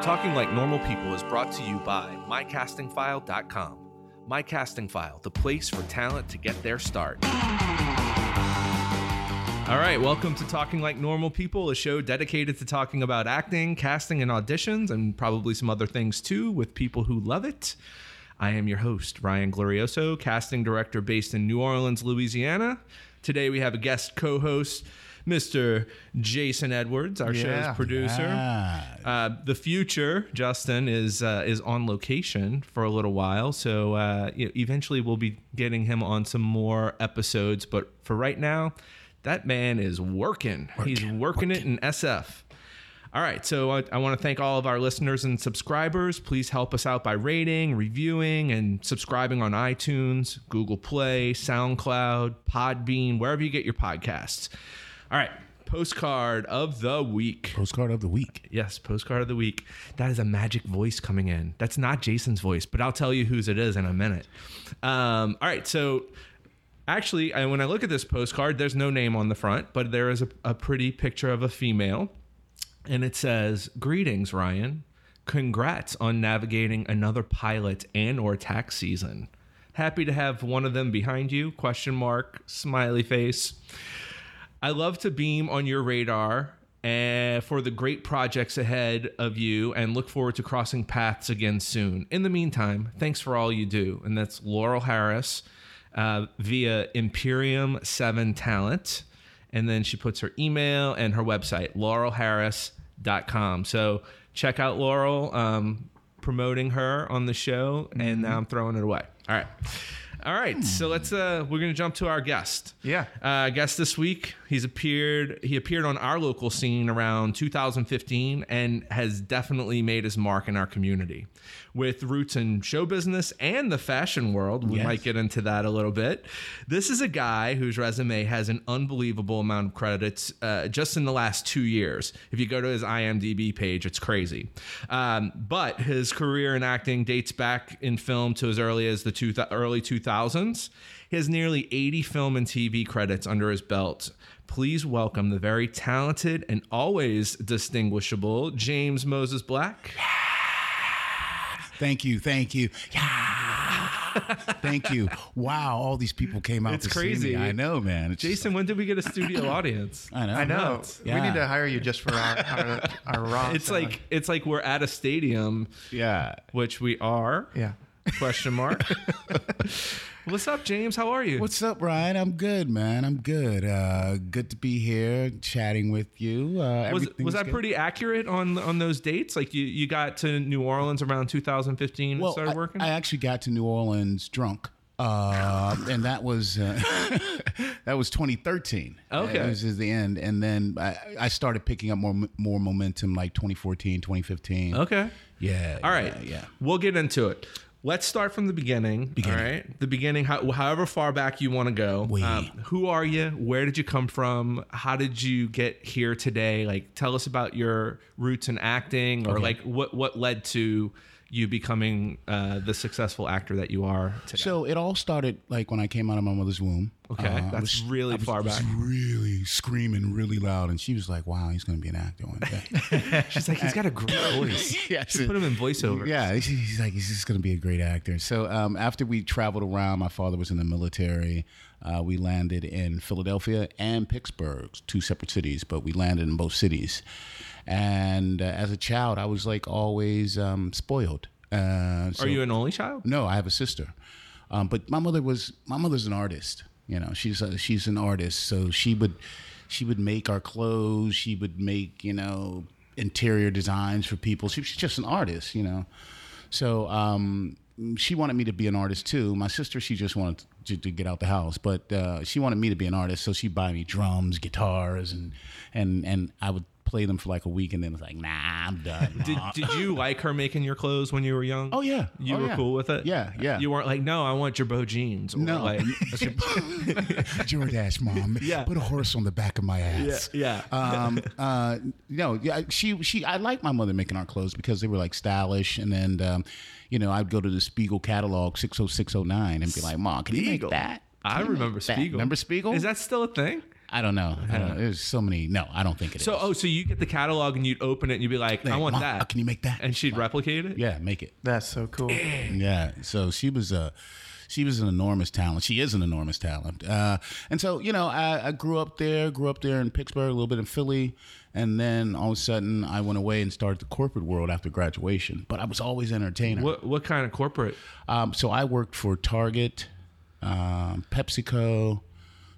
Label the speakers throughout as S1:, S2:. S1: Talking Like Normal People is brought to you by MyCastingFile.com. MyCastingFile, the place for talent to get their start. All right, welcome to Talking Like Normal People, a show dedicated to talking about acting, casting, and auditions, and probably some other things too, with people who love it. I am your host, Ryan Glorioso, casting director based in New Orleans, Louisiana. Today we have a guest co host, Mr. Jason Edwards, our show's producer.
S2: Yeah.
S1: Uh, the future, Justin, is uh, is on location for a little while, so uh, you know, eventually we'll be getting him on some more episodes. But for right now, that man is working. He's working, it in SF. All right, so I, I want to thank all of our listeners and subscribers. Please help us out by rating, reviewing, and subscribing on iTunes, Google Play, SoundCloud, Podbean, wherever you get your podcasts. All right, postcard of the week.
S2: Postcard of the week.
S1: Yes, postcard of the week. That is a magic voice coming in. That's not Jason's voice, but I'll tell you whose it is in a minute. Um, all right, so actually, I, when I look at this postcard, there's no name on the front, but there is a, a pretty picture of a female, and it says, "Greetings, Ryan. Congrats on navigating another pilot and/or tax season. Happy to have one of them behind you?" Question mark, smiley face. I love to beam on your radar uh, for the great projects ahead of you and look forward to crossing paths again soon. In the meantime, thanks for all you do. And that's Laurel Harris uh, via Imperium 7 Talent. And then she puts her email and her website, laurelharris.com. So check out Laurel, um, promoting her on the show, and now I'm throwing it away. All right. All right, so let's uh we're gonna jump to our guest.
S2: Yeah.
S1: Uh, guest this week, he's appeared. He appeared on our local scene around 2015 and has definitely made his mark in our community, with roots in show business and the fashion world. We
S2: Yes.
S1: might get into that a little bit. This is a guy whose resume has an unbelievable amount of credits uh, just in the last two years. If you go to his IMDb page, it's crazy. Um, but his career in acting dates back in film to as early as the two early 2000s. He has nearly 80 film and TV credits under his belt. Please welcome the very talented and always distinguishable James Moses Black.
S2: Thank you. Thank you. Yeah. thank you. Wow. All these people came out
S1: It's
S2: to see
S1: crazy.
S2: me. I know, man. It's just-
S1: Jason, when did we get a studio audience?
S2: I know.
S3: I know.
S1: nuts.
S3: We
S2: Yeah.
S3: need to hire you just for our our, our raw.
S1: It's
S3: selling.
S1: like it's like we're at a stadium,
S2: Yeah.
S1: which we are.
S3: yeah.
S1: Question mark. What's up, James? How are you?
S2: What's up, Ryan? I'm good, man. I'm good. Uh, good to be here chatting with you. Uh,
S1: was
S2: everything
S1: was that
S2: good.
S1: pretty accurate on on those dates? Like you, you got to New Orleans around 2015 and
S2: Well,
S1: started
S2: I-
S1: working.
S2: I, actually got to New Orleans drunk. Uh, and that was uh, that was 2013.
S1: Okay.
S2: it was the end, and then I, I started picking up more more momentum like 2014, 2015.
S1: okay.
S2: Yeah.
S1: All right.
S2: Yeah. yeah.
S1: We'll get into it. Let's start from the beginning. All right. The beginning, how, however far back you want to go. Um,
S2: We-
S1: who are you? Where did you come from? How did you get here today? Like, tell us about your roots in acting, or like what what led to you becoming uh, the successful actor that you are today.
S2: So it all started like when I came out of my mother's womb.
S1: okay,
S2: Uh, I
S1: that's
S2: was-
S1: really far
S2: I was
S1: back.
S2: really screaming really loud, and she was like, "Wow, he's going to be an actor one day."
S1: She's like, he's got a great voice.
S2: yes.
S1: Put him in voiceover.
S2: Yeah, he's- he's like, he's just going to be a great actor. So um, after we traveled around, my father was in the military. Uh, we landed in Philadelphia and Pittsburgh, two separate cities, but we landed in both cities. And uh, as a child, I was like always um, spoiled. Uh, so-
S1: Are you an only child?
S2: no, I have a sister, um, but my mother was my mother's an artist. You know, she's a, she's an artist, so she would she would make our clothes. She would make you know interior designs for people. She, she's just an artist, you know. So um, she wanted me to be an artist too. My sister, she just wanted to, to get out the house, but uh, she wanted me to be an artist. So she'd buy me drums, guitars, and and and I would play them for like a week, and then it's like, nah, I'm done.
S1: Did, did you like her making your clothes when you were young?
S2: Oh, yeah.
S1: you
S2: Oh,
S1: were
S2: yeah.
S1: cool with it.
S2: Yeah, yeah.
S1: You weren't like, no, I want your bow jeans. Or
S2: No.
S1: like,
S2: Jordash mom.
S1: Yeah.
S2: Put a horse on the back of my ass.
S1: yeah.
S2: Um, uh, no, yeah, she, she, I like my mother making our clothes because they were like stylish. And then, um, you know, I'd go to the Spiegel catalog 60609 and be like, Mom, can you make that?
S1: I remember Spiegel.
S2: Remember Spiegel?
S1: Is that still a thing?
S2: I don't know. I don't know. There's so many. No, I don't think it is.
S1: So, oh, so you get the catalog and you'd open it and you'd be like, I
S2: Hey,
S1: want
S2: Mom,
S1: that.
S2: Can you make that?
S1: And she'd replicate it.
S2: yeah, make it.
S3: That's so cool.
S2: Yeah. So she was a, she was an enormous talent. She is an enormous talent. Uh, and so you know, I, I grew up there, grew up there in Pittsburgh, a little bit in Philly, and then all of a sudden I went away and started the corporate world after graduation. But I was always an entertainer.
S1: What what kind of corporate?
S2: Um, so I worked for Target, um, PepsiCo,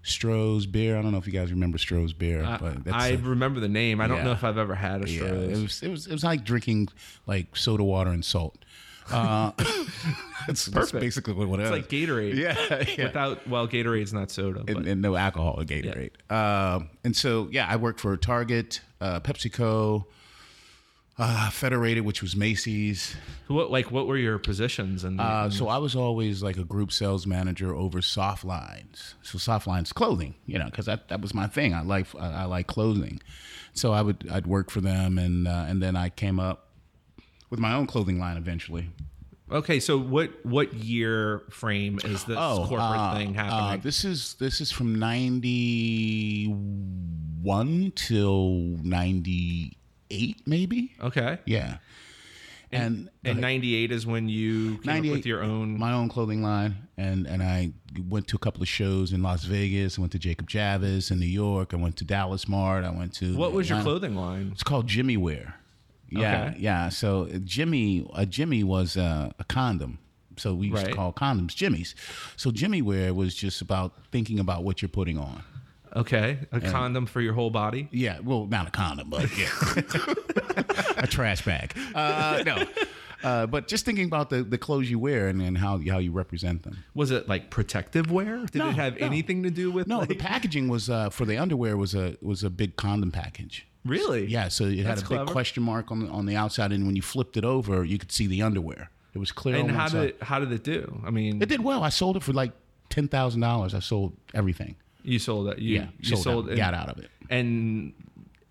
S2: Stroh's beer. I don't know if you guys remember Stroh's beer, but Uh, that's
S1: I
S2: a-
S1: remember the name. I don't
S2: Yeah.
S1: know if I've ever had a
S2: yeah,
S1: Stroh's.
S2: it was it was it was like drinking like soda water and salt. Uh, that's, that's
S1: Perfect.
S2: basically what it
S1: It's
S2: is.
S1: like Gatorade.
S2: yeah, yeah.
S1: Without well, Gatorade's not soda. But.
S2: and, and no alcohol at Gatorade. Um, and so, yeah, I worked for Target, uh, PepsiCo, uh, Federated, which was Macy's.
S1: What like what were your positions and
S2: Uh, so I was always like a group sales manager over soft lines. So soft lines clothing, you know, because that, that was my thing. I like I, I like clothing, so I would I'd work for them, and uh, and then I came up with my own clothing line eventually.
S1: okay? So what what year frame is this corporate
S2: uh,
S1: thing
S2: uh,
S1: happening?
S2: this is this is from ninety one till ninety eight, maybe.
S1: okay,
S2: Yeah, and
S1: and '98 is when you came up
S2: 98
S1: with your own.
S2: my own clothing line and and I went to a couple of shows in Las Vegas. I went to Jacob Javis in New York. I went to Dallas Mart. I went to
S1: what was your
S2: Atlanta.
S1: clothing line?
S2: It's called Jimmy Wear. Yeah,
S1: Okay.
S2: yeah. So uh, Jimmy, a Jimmy was uh, a condom. So we used to
S1: Right.
S2: call condoms Jimmys. So Jimmy Wear was just about thinking about what you're putting on.
S1: Okay, a condom for your whole body.
S2: Yeah, well, not a condom, but yeah, a trash bag. Uh, no, uh, but just thinking about the, the clothes you wear and, and how how you represent them.
S1: Was it like protective wear? Did
S2: No,
S1: it have
S2: no.
S1: anything to do with
S2: No, the
S1: like-
S2: packaging was uh, for the underwear was a was a big condom package.
S1: really?
S2: Yeah, so it had
S1: That's
S2: a big
S1: clever.
S2: question mark on the, on the outside, and when you flipped it over, you could see the underwear. It was clear.
S1: And
S2: on
S1: how
S2: one side.
S1: did how did it do? I mean,
S2: it did well? I sold it for like ten thousand dollars. I sold everything.
S1: you sold it. You,
S2: Yeah,
S1: you sold,
S2: out,
S1: it.
S2: got out of it.
S1: And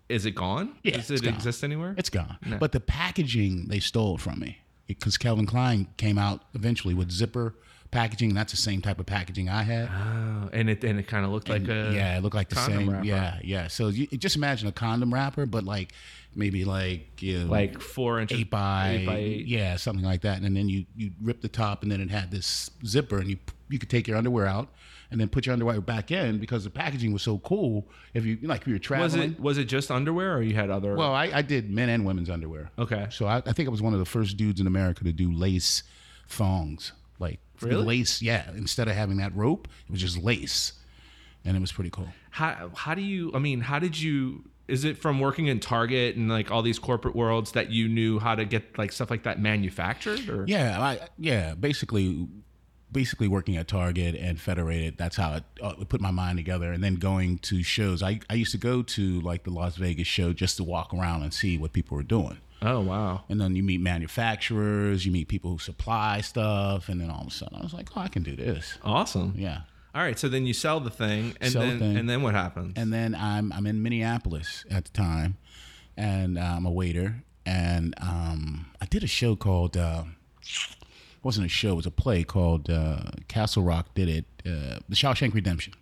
S1: is it gone?
S2: Yeah,
S1: Does
S2: it's
S1: it
S2: gone.
S1: exist anywhere?
S2: It's gone. But the packaging they stole from me because Calvin Klein came out eventually with zipper packaging. That's the same type of packaging I had.
S1: oh, and it and it kind of looked like a
S2: yeah, it looked like the
S1: condom
S2: same.
S1: wrapper.
S2: Yeah, yeah. So you, just imagine a condom wrapper, but like maybe like you know,
S1: like four inches
S2: eight by,
S1: eight by eight.
S2: yeah, something like that. And then you you rip the top, and then it had this zipper, and you you could take your underwear out, and then put your underwear back in because the packaging was so cool. If you like, if you were traveling.
S1: Was it was it just underwear or you had other?
S2: Well, I, I did men and women's underwear.
S1: okay.
S2: So I, I think I was one of the first dudes in America to do lace thongs, like the
S1: Really?
S2: lace. Yeah, instead of having that rope, it was just lace, and it was pretty cool.
S1: How how do you? I mean, how did you? Is it from working in Target and like all these corporate worlds that you knew how to get like stuff like that manufactured? Or
S2: Yeah, I, yeah. Basically, basically working at Target and Federated. That's how it, uh, it put my mind together. And then going to shows. I I used to go to like the Las Vegas show just to walk around and see what people were doing.
S1: oh wow.
S2: And then you meet manufacturers, you meet people who supply stuff, and then all of a sudden I was like, oh, I can do this.
S1: Awesome.
S2: Yeah.
S1: All right. So then you sell the thing, and
S2: Sell the
S1: then
S2: thing.
S1: and then what happens?
S2: and then I'm I'm in Minneapolis at the time, and uh, I'm a waiter, and um, I did a show called uh, it wasn't a show, it was a play called uh, Castle Rock. Did it uh, the Shawshank Redemption?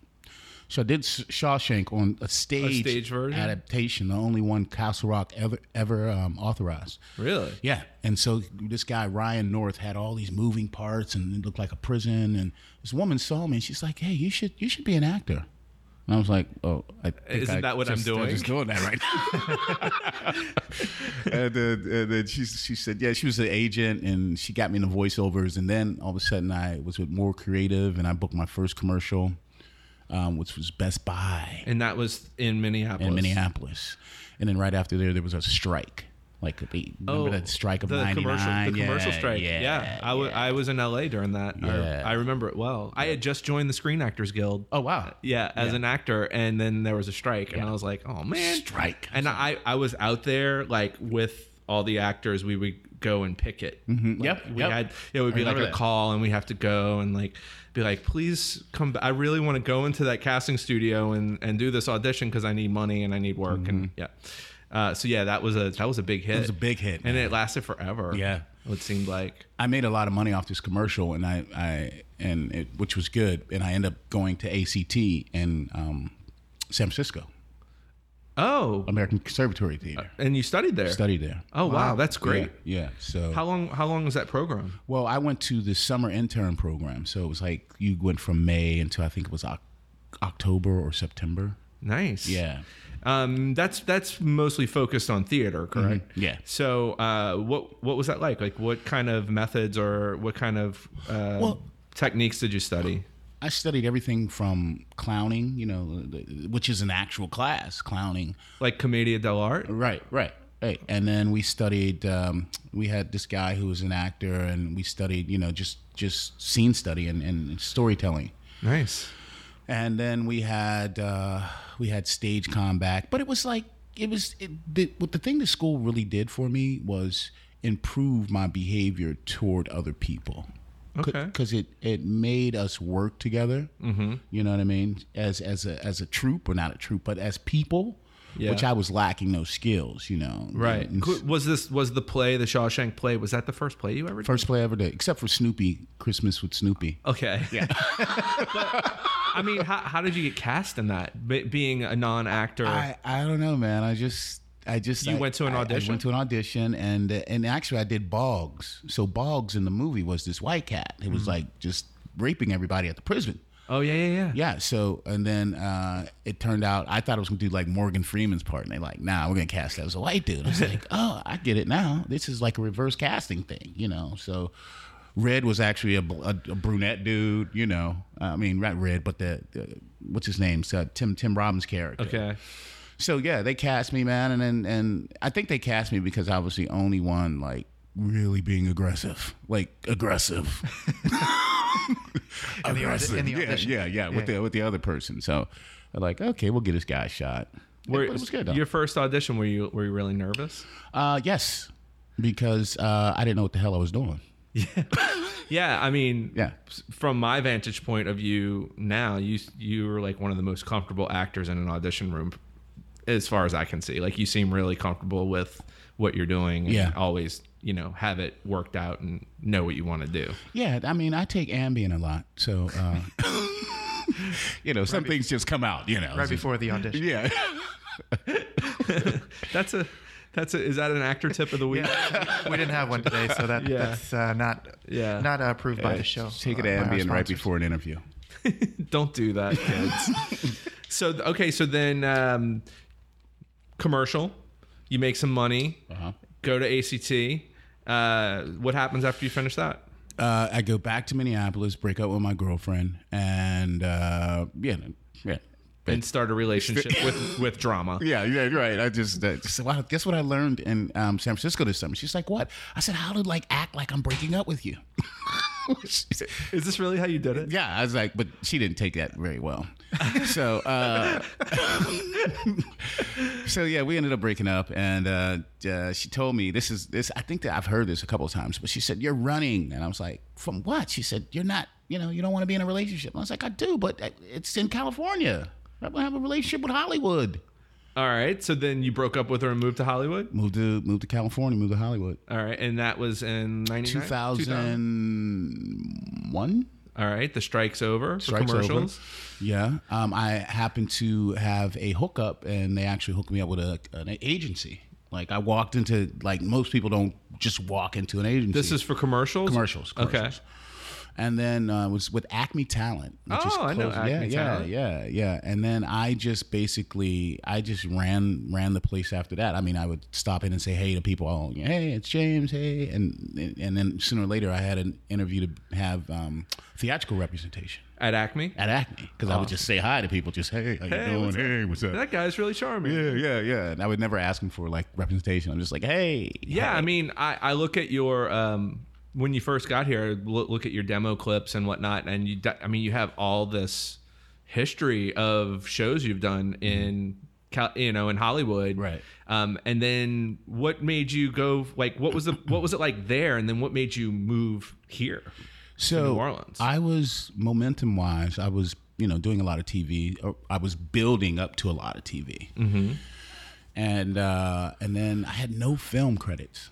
S2: So I did S- Shawshank on a stage,
S1: stage version?
S2: adaptation, the only one Castle Rock ever ever um, authorized.
S1: really?
S2: Yeah, and so this guy Ryan North had all these moving parts, and it looked like a prison. And this woman saw me, and she's like, "Hey, you should you should be an actor." And I was like, "Oh, I think
S1: Isn't
S2: I
S1: that what I'm
S2: just-
S1: doing?"
S2: just doing that right now." and, uh, and then she she said, "Yeah, she was an agent, and she got me into voiceovers. And then all of a sudden, I was with More Creative, and I booked my first commercial, um, which was Best Buy."
S1: And that was in Minneapolis.
S2: in Minneapolis. And then right after there, there was a strike. Like the remember that strike of
S1: Oh, the
S2: ninety
S1: commercial,
S2: nine,
S1: the
S2: yeah,
S1: commercial strike. Yeah, I, w- I was in LA during that. I-
S2: Yeah.
S1: I, remember it well. I had just joined the Screen Actors Guild.
S2: oh wow,
S1: Yeah, as an actor, and then there was a strike, and I was like, "Oh man,
S2: strike.
S1: And I, I was out there like with all the actors. We would go and picket.
S2: Mhm. Yep,
S1: We
S2: yep.
S1: had it would be like a
S2: remember that.
S1: call, and we have to go and like be like, please come. Back. I really want to go into that casting studio and and do this audition because I need money and I need work. And yeah, uh, so yeah, that was a that was a big hit. It
S2: Mm-hmm. was a big hit,
S1: and it lasted forever.
S2: Yeah.
S1: it seemed like
S2: I made a lot of money off this commercial, and I, I and it, which was good. And I end up going to ACT and um, San Francisco
S1: Oh,
S2: American Conservatory Theater.
S1: and you studied there.
S2: Studied there.
S1: Oh wow, that's great.
S2: Yeah. yeah. So
S1: How long? How long was that program?
S2: Well, I went to the summer intern program, so it was like you went from May until I think it was Oc- October or September.
S1: Nice.
S2: Yeah.
S1: Um, that's that's mostly focused on theater, correct?
S2: Mhm. Yeah.
S1: So, uh, what what was that like? Like, what kind of methods or what kind of uh,
S2: Well-
S1: techniques did you study?
S2: I studied everything from clowning, you know, the- which is an actual class, clowning.
S1: Like commedia dell'arte.
S2: Right, right, right. And then we studied. Um, we had this guy who was an actor, and we studied, you know, just just scene study and, and storytelling.
S1: Nice.
S2: and then we had uh, we had stage combat. But it was like it was it, the, what the thing the school really did for me was improve my behavior toward other people.
S1: Okay.
S2: Because it, it made us work together. Mm-hmm. You know what I mean? As as a as a troop or not a troop, but as people,
S1: Yeah.
S2: which I was lacking those skills. You know,
S1: Right.
S2: And
S1: Cou- Was this was the play the Shawshank play? Was that the first play you ever did?
S2: First play I ever did, except for Snoopy, Christmas with Snoopy.
S1: Okay. Yeah. but I mean, how, how did you get cast in that? Be- being a non actor.
S2: I, I don't know, man. I just I just
S1: You
S2: I-
S1: went to an
S2: I- I
S1: audition?
S2: went to an audition, and and actually I did Boggs. So Boggs in the movie was this white cat who
S1: Mm-hmm.
S2: was like just raping everybody at the prison.
S1: Oh yeah, yeah, yeah.
S2: Yeah. So and then uh, it turned out I thought I was gonna do like Morgan Freeman's part, and they like, nah, we're gonna cast that as a white dude. I was like, oh, I get it now. This is like a reverse casting thing, you know. So. Red was actually a, bl- a, a brunette dude, you know. I mean, not Red, but the, the what's his name? So Tim Tim Robbins' character.
S1: Okay.
S2: So yeah, they cast me, man, and and, and I think they cast me because I was the only one like really being aggressive, like aggressive.
S3: In the audi- in the
S2: yeah,
S3: audition.
S2: yeah, yeah, with the with the other person. So I'm like, okay, we'll get this guy a shot.
S1: Were-
S2: it was good. Though.
S1: Your first audition, were you were you really nervous?
S2: Uh, yes, because uh, I didn't know what the hell I was doing.
S1: Yeah, I mean,
S2: Yeah.
S1: s- From my vantage point of view now, you you were like one of the most comfortable actors in an audition room, as far as I can see. Like you seem really comfortable with what you're doing. And
S2: Yeah.
S1: Always, you know, have it worked out and know what you want to do.
S2: Yeah, I mean, I take Ambien a lot, so uh, you know, some things just come out. You know,
S3: Right before the audition.
S2: Yeah.
S1: That's a that's a is that an actor tip of the week?
S3: we didn't have one today, so that
S1: Yeah.
S3: that's uh, not
S1: Yeah.
S3: not uh, approved by the show.
S2: Take
S3: uh,
S2: an
S3: by our
S2: Ambien right
S3: sponsors.
S2: before an interview.
S1: Don't do that, kids. so th- okay, so then um, commercial, you make some money,
S2: Uh-huh.
S1: go to ACT. Uh, what happens after you finish that?
S2: uh, I go back to Minneapolis, break up with my girlfriend, and uh, yeah, yeah,
S1: and start a relationship with with drama.
S2: yeah, yeah, right. I just, uh, just wow, guess what I learned in um, San Francisco this summer? She's like, what? I said, how to like act like I'm breaking up with you? She said,
S1: Is this really how you did it?
S2: yeah, I was like, but she didn't take that very well. so, uh, so yeah, we ended up breaking up, and uh, uh, she told me this is this. I think that I've heard this a couple of times, but she said you're running, and I was like, from what? She said you're not. You know, you don't want to be in a relationship. And I was like, I do, but uh, it's in California. I don't have a relationship with Hollywood.
S1: All right. So then you broke up with her and moved to Hollywood.
S2: Moved to moved to California. Moved to Hollywood.
S1: All right, and that was in 99?
S2: Two
S1: 2000.
S2: thousand one.
S1: All right, the strike's over.
S2: Strike's
S1: Strike's commercials.
S2: Yeah. Um, I happened to have a hookup, and they actually hooked me up with a, an agency. Like I walked into like most people don't just walk into an agency.
S1: This is for commercials.
S2: commercials.
S1: Okay.
S2: commercials. And then uh, was with Acme Talent. Which is
S1: Oh, I know
S2: close-
S1: Acme
S2: yeah, yeah,
S1: Talent.
S2: Yeah, yeah, And then I just basically I just ran ran the place after that. I mean, I would stop in and say hey to people. Oh, hey, it's James. Hey, and and then sooner or later I had an interview to have um, theatrical representation
S1: At Acme.
S2: at Acme because I would just say hi to people, just hey, how you
S1: Hey,
S2: doing?
S1: what's up?
S2: hey, what's up?
S1: That guy's really charming.
S2: yeah, yeah, yeah. And I would never ask them for like representation. I'm just like, hey,
S1: Yeah, I mean, I, I look at your um, when you first got here. Look, look at your demo clips and whatnot, and you. d- I mean, you have all this history of shows you've done in Cal you know in Hollywood,
S2: Mm-hmm. Right.
S1: Um, and then what made you go? Like, what was the what was it like there? And then what made you move here?
S2: so
S1: New Orleans.
S2: I was momentum wise, I was you know doing a lot of TV. or I was building up to a lot of TV, mm-hmm. and uh, and then I had no film credits.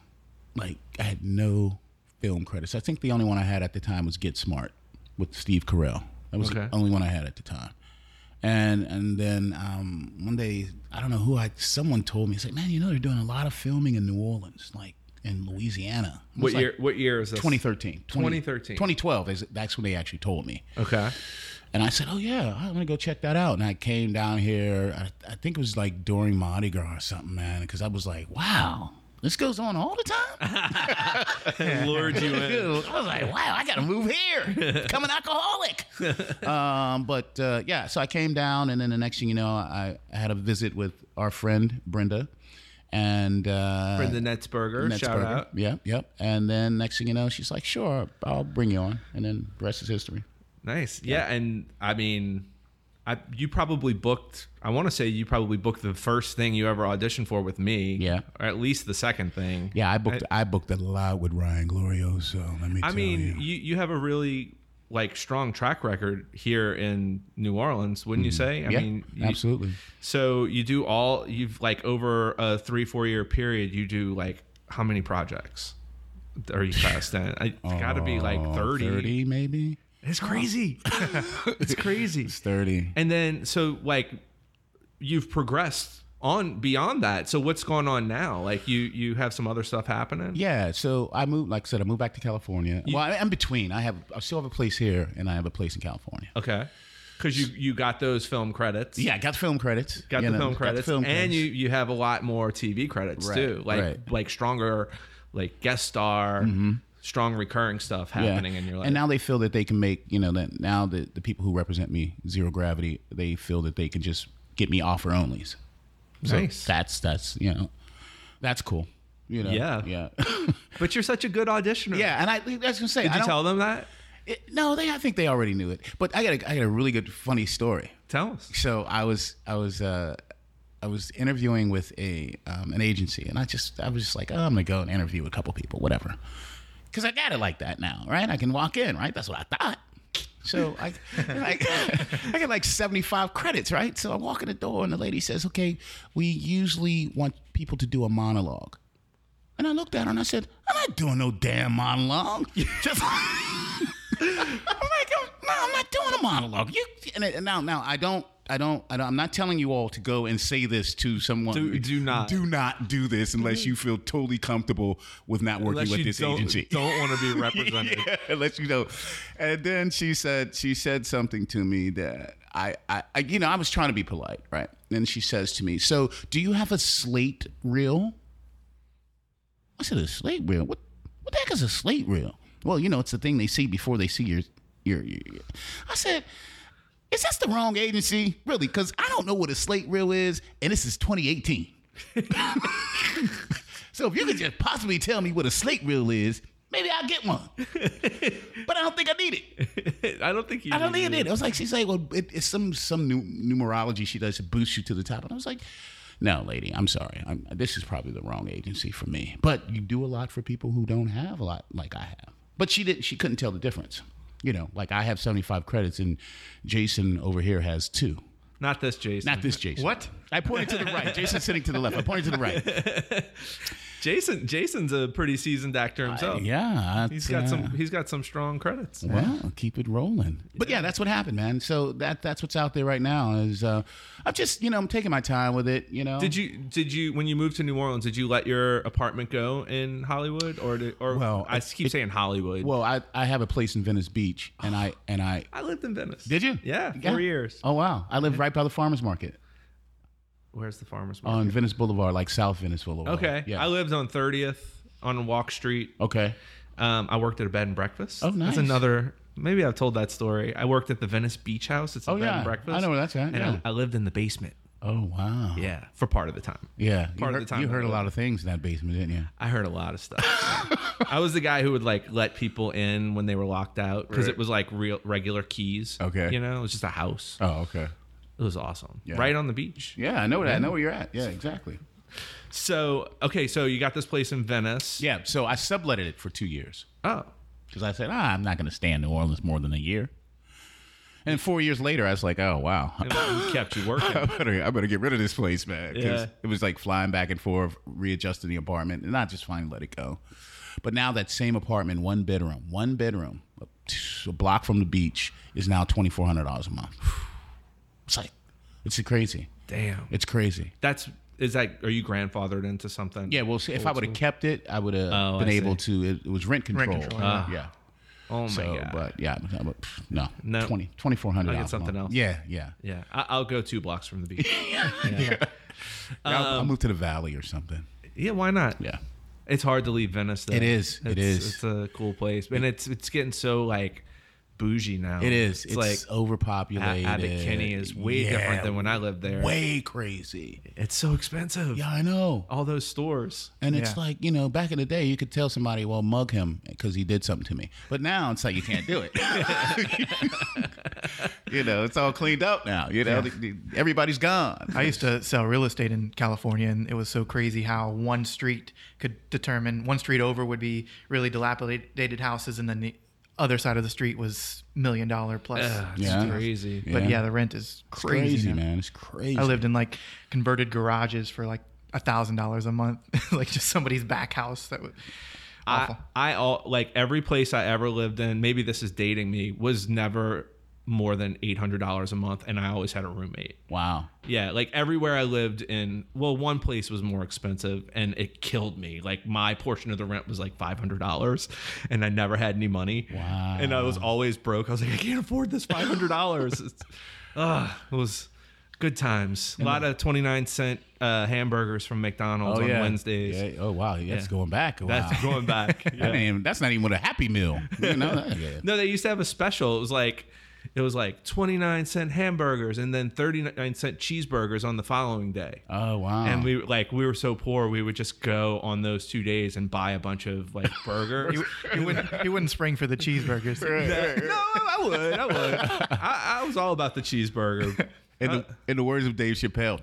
S2: Like I had no film credits. I think the only one I had at the time was Get Smart with Steve Carell. That was
S1: Okay.
S2: the only one I had at the time. And and then um, one day, I don't know who I someone told me, it's like, man, you know they're doing a lot of filming in New Orleans, like in Louisiana. I was
S1: What
S2: like,
S1: year? What year is this?
S2: 2013.
S1: 2013.
S2: 2012 is that's when they actually told me.
S1: Okay.
S2: And I said, "Oh yeah, I'm gonna go check that out." And I came down here. I, I think it was like during Mardi Gras or something, man, because I was like, "Wow, this goes on all the time."
S1: Lured you in.
S2: I was like, "Wow, I gotta move here, become an alcoholic." um, but uh, yeah, so I came down, and then the next thing you know, I, I had a visit with our friend Brenda, and uh,
S1: Brenda Netzberger.
S2: Nets
S1: shout
S2: Burger.
S1: out.
S2: Yep, yep. And then next thing you know, she's like, "Sure, I'll bring you on," and then the rest is history.
S1: Nice. Yeah, and I mean, I you probably booked. I want to say you probably booked the first thing you ever auditioned for with me.
S2: Yeah.
S1: Or at least the second thing.
S2: Yeah, I booked. I, booked a lot with Ryan Glorioso. Let me.
S1: I
S2: tell
S1: mean,
S2: you.
S1: you. you have a really like strong track record here in New Orleans, wouldn't you say? I
S2: Mm-hmm. yeah,
S1: mean, you-
S2: absolutely.
S1: So you do all you've like over a three four year period. You do like how many projects? Are you past that? I got to be like
S2: Oh,
S1: 30.
S2: 30 maybe.
S1: It's crazy. it's crazy.
S2: It's thirty.
S1: And then so like you've progressed on beyond that. So what's going on now? Like you you have some other stuff happening?
S2: Yeah, so I moved. Like I said, I moved back to California. well, I, I'm between. I have. I still have a place here, and I have a place in California.
S1: Okay. Cuz you you got those film credits.
S2: Yeah, I got the film credits.
S1: Got
S2: you
S1: the
S2: know,
S1: film credits.
S2: film
S1: and
S2: credits.
S1: you you have a lot more TV credits
S2: Right,
S1: too. Like
S2: right. Mm-hmm.
S1: like stronger like guest star, strong recurring stuff happening in your life.
S2: And now they feel that they can make, you know, that now the, the people who represent me, Zero Gravity, they feel that they can just get me offer onlys. So
S1: Nice.
S2: That's that's you know, that's cool. You know.
S1: Yeah.
S2: Yeah.
S1: but you're such a good auditioner.
S2: yeah. And I that's gonna say
S1: Did
S2: I
S1: you
S2: don't,
S1: tell them that?
S2: it- no, they I think they already knew it. But I got a, I got a really good funny story.
S1: Tell us.
S2: So I was I was uh I was interviewing with a um, an agency, and I just I was just like, oh, I'm gonna go and interview a couple people, whatever, because I got it like that now, right? I can walk in, right? That's what I thought. So I like I got like 75 credits, right? So I walk in the door, and the lady says, okay, we usually want people to do a monologue. And I looked at her and I said, I'm not doing no damn monologue. Just- I'm like, "I'm- no, I'm not doing a monologue. You and, it- and now, now I don't, I don't, I don't, I'm not telling you all to go and say this to someone.
S1: Do- do not. Mm-hmm.
S2: do not do this unless you feel totally comfortable with not working
S1: Unless
S2: with
S1: you
S2: this
S1: don't,
S2: agency.
S1: don't want to be represented.
S2: Yeah, it lets you know. And then she said she said something to me that I, I, I you know I was trying to be polite, right? And she says to me, "So, do you have a slate reel?" I said, "A slate reel? What? What the heck is a slate reel?" Well, you know, it's the thing they see before they see your your. your, your. I said. Is this the wrong agency? Really? Because I don't know what a slate reel is, and this is 2018. So if you could just possibly tell me what a slate reel is, maybe I'll get one. but I don't think I need it.
S1: I don't think you.
S2: I don't
S1: need
S2: need it. I was like, she's like, well, it, it's some some new numerology she does to boost you to the top. And I was like, no, lady, I'm sorry. I'm, this is probably the wrong agency for me. But you do a lot for people who don't have a lot like I have. But she didn't. She couldn't tell the difference. You know, like I have 75 credits and Jason over here has two.
S1: Not this, Jason.
S2: Not this Jason.
S3: What?
S2: I pointed to the right. Jason's sitting to the left. I pointed to the right.
S1: Jason. Jason's a pretty seasoned actor himself.
S2: Yeah.
S1: Oh. He's
S2: that's,
S1: got
S2: uh,
S1: some. He's got some strong credits.
S2: Well, keep it rolling. But yeah, that's what happened, man. So that that's what's out there right now. Is uh, I'm just you know I'm taking my time with it. You know,
S1: Did you? Did you? When you moved to New Orleans, did you let your apartment go in Hollywood, or did, or?
S2: Well,
S1: I keep saying Hollywood.
S2: Well, I I have a place in Venice Beach, and I and I
S1: I lived in Venice.
S2: did you?
S1: Yeah, four years.
S2: Oh wow, I live right by the farmers market
S1: Where's the farmers market?
S2: on Venice Boulevard, like South Venice Boulevard.
S1: okay,
S2: Yeah.
S1: I lived on Thirtieth on Walk Street.
S2: okay.
S1: Um, I worked at a bed and breakfast.
S2: Oh, nice.
S1: That's another. Maybe I've told that story. I worked at the Venice Beach House. It's a
S2: Oh,
S1: bed
S2: yeah.
S1: and breakfast.
S2: I know where that's at,
S1: And
S2: yeah.
S1: I, I lived in the basement.
S2: Oh wow.
S1: Yeah, for part of the time.
S2: Yeah. you
S1: Part of
S2: heard,
S1: the time
S2: you heard a
S1: that-
S2: lot of things in that basement, didn't you?
S1: I heard a lot of stuff. I was the guy who would like let people in when they were locked out because
S2: Right.
S1: it was like real regular keys.
S2: Okay.
S1: you know, it was just a house.
S2: Oh okay.
S1: It was awesome,
S2: Yeah.
S1: right on the beach.
S2: Yeah, I know that. I know where you're at. Yeah, exactly.
S1: So okay, so you got this place in Venice.
S2: Yeah. So I subletted it for two years.
S1: Oh,
S2: because I said, ah, I'm not going to stay in New Orleans more than a year. And four years later, I was like, oh, wow.
S1: and we kept you
S2: I
S1: working.
S2: better, I better get rid of this place, man. 'Cause
S1: Yeah.
S2: It was like flying back and forth, readjusting the apartment, and I just finally let it go. But now that same apartment, one bedroom, one bedroom, a block from the beach, is now $2,400 a month. It's like it's crazy.
S1: Damn.
S2: It's crazy.
S1: That's is that are you grandfathered into something?
S2: Yeah, well, see, if I would have kept it, I would have
S1: Oh,
S2: been
S1: I
S2: able
S1: see.
S2: to. It, it was rent control.
S3: control,
S2: Uh, yeah.
S1: Oh my
S2: So,
S1: god.
S2: but yeah, I'm- I'm- pff, no,
S1: No.
S2: 20 2400
S1: I'll get
S2: album.
S1: something else.
S2: Yeah, yeah.
S1: yeah, I, I'll go two blocks from the beach.
S2: I'll, I'll move to the valley or something.
S1: Um, yeah, why not?
S2: Yeah,
S1: It's hard to leave Venice. Though.
S2: It is. It
S1: It's-
S2: is.
S1: It's a cool place, and it's it's getting so like bougie now.
S2: it is. It's,
S1: Oh, like
S2: overpopulated.
S1: Abbott Kinney is way different than when I lived there.
S2: Way crazy.
S1: It's so expensive.
S2: Yeah, I know.
S1: All those stores.
S2: And it's
S3: Yeah.
S2: like you know, back in the day, you could tell somebody, "Well, mug him because he did something to me." But now it's like you can't do it. you know, it's all cleaned up now. You know, The- the- everybody's gone.
S3: I used to sell real estate in California, and it was so crazy how one street could determine one street over would be really dilapidated houses, and then the other side of the street was million dollar plus.
S1: Ugh, it's
S2: Yeah.
S1: crazy.
S3: But
S2: Yeah.
S3: yeah. the rent is
S2: It's
S3: crazy.
S2: crazy,
S3: now.
S2: man. It's crazy.
S3: I lived in like converted garages for like a thousand dollars a month, like just somebody's back house. That was
S1: I,
S3: awful.
S1: I all like every place I ever lived in. Maybe this is dating me. Was never more than eight hundred dollars a month, and I always had a roommate.
S2: Wow.
S1: Yeah, like everywhere I lived in, well, one place was more expensive and it killed me. Like my portion of the rent was like $500 and I never had any money.
S2: Wow.
S1: And I was always broke. I was like, I can't afford this $500. It's- Ugh, it was good times. A lot of 29 cent uh, hamburgers from McDonald's on Wednesdays.
S2: Oh, Yeah. Oh wow, that's
S1: Yeah.
S2: going back. Wow.
S1: That's going back.
S2: I didn't even- that's not even with a Happy Meal. You know, that- yeah.
S1: No, they used to have a special. It was like it was like 29 cent hamburgers and then 39 cent cheeseburgers on the following day.
S2: Oh wow.
S1: and we like we were so poor we would just go on those two days and buy a bunch of like burgers.
S3: You, you wouldn't you wouldn't spring for the cheeseburgers.
S1: no, I would, I would. I, I was all about the cheeseburger.
S2: in, the,
S1: uh,
S2: in the words of Dave Chappelle,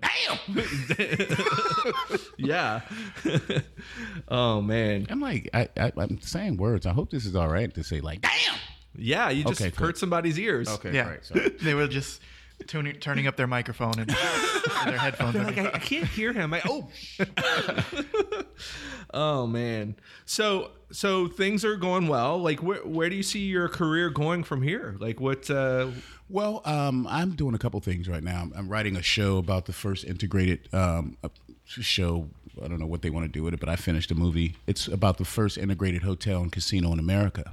S2: damn.
S1: Yeah. oh man.
S2: I'm like, I, I, I'm saying words. I hope this is all right to say like, damn.
S1: Yeah, you just
S2: Okay, cool.
S1: hurt somebody's ears.
S3: Yeah, they were just tuning, turning up their microphone and, and their headphones.
S1: Like I, I can't hear him. I oh. sh- oh man. So so things are going well. Like where where do you see your career going from here? Like what? uh
S2: Well, um, I'm doing a couple things right now. I'm, I'm writing a show about the first integrated um, uh, show. I don't know what they want to do with it, but I finished a movie. It's about the first integrated hotel and casino in America,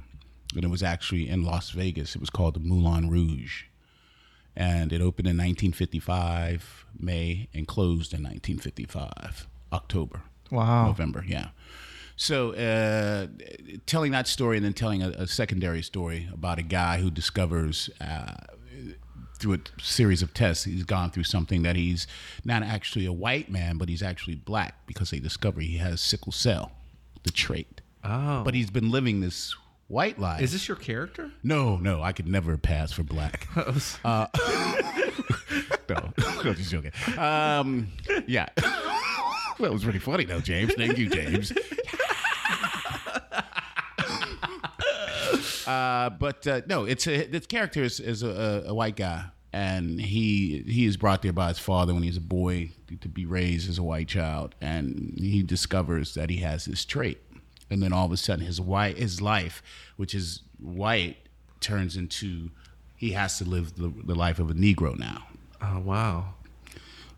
S2: and it was actually in Las Vegas. It was called the Moulin Rouge, and it opened in 1955 May and closed in 1955 October.
S3: Wow.
S2: November, yeah. So, uh, telling that story and then telling a, a secondary story about a guy who discovers uh, through a series of tests, he's gone through something that he's not actually a white man, but he's actually black because they discover he has sickle cell, the trait.
S1: Oh.
S2: But he's been living this white life.
S1: Is this your character?
S2: No, no, I could never pass for black. Uh, no, I'm just joking. Um, yeah. that was pretty funny, though, James. Thank you, James. Uh, but uh, no, it's a, the character is, is a, a white guy, and he he is brought there by his father when he's a boy to be raised as a white child, and he discovers that he has this trait, and then all of a sudden his white his life, which is white, turns into he has to live the, the life of a Negro now.
S1: Oh wow.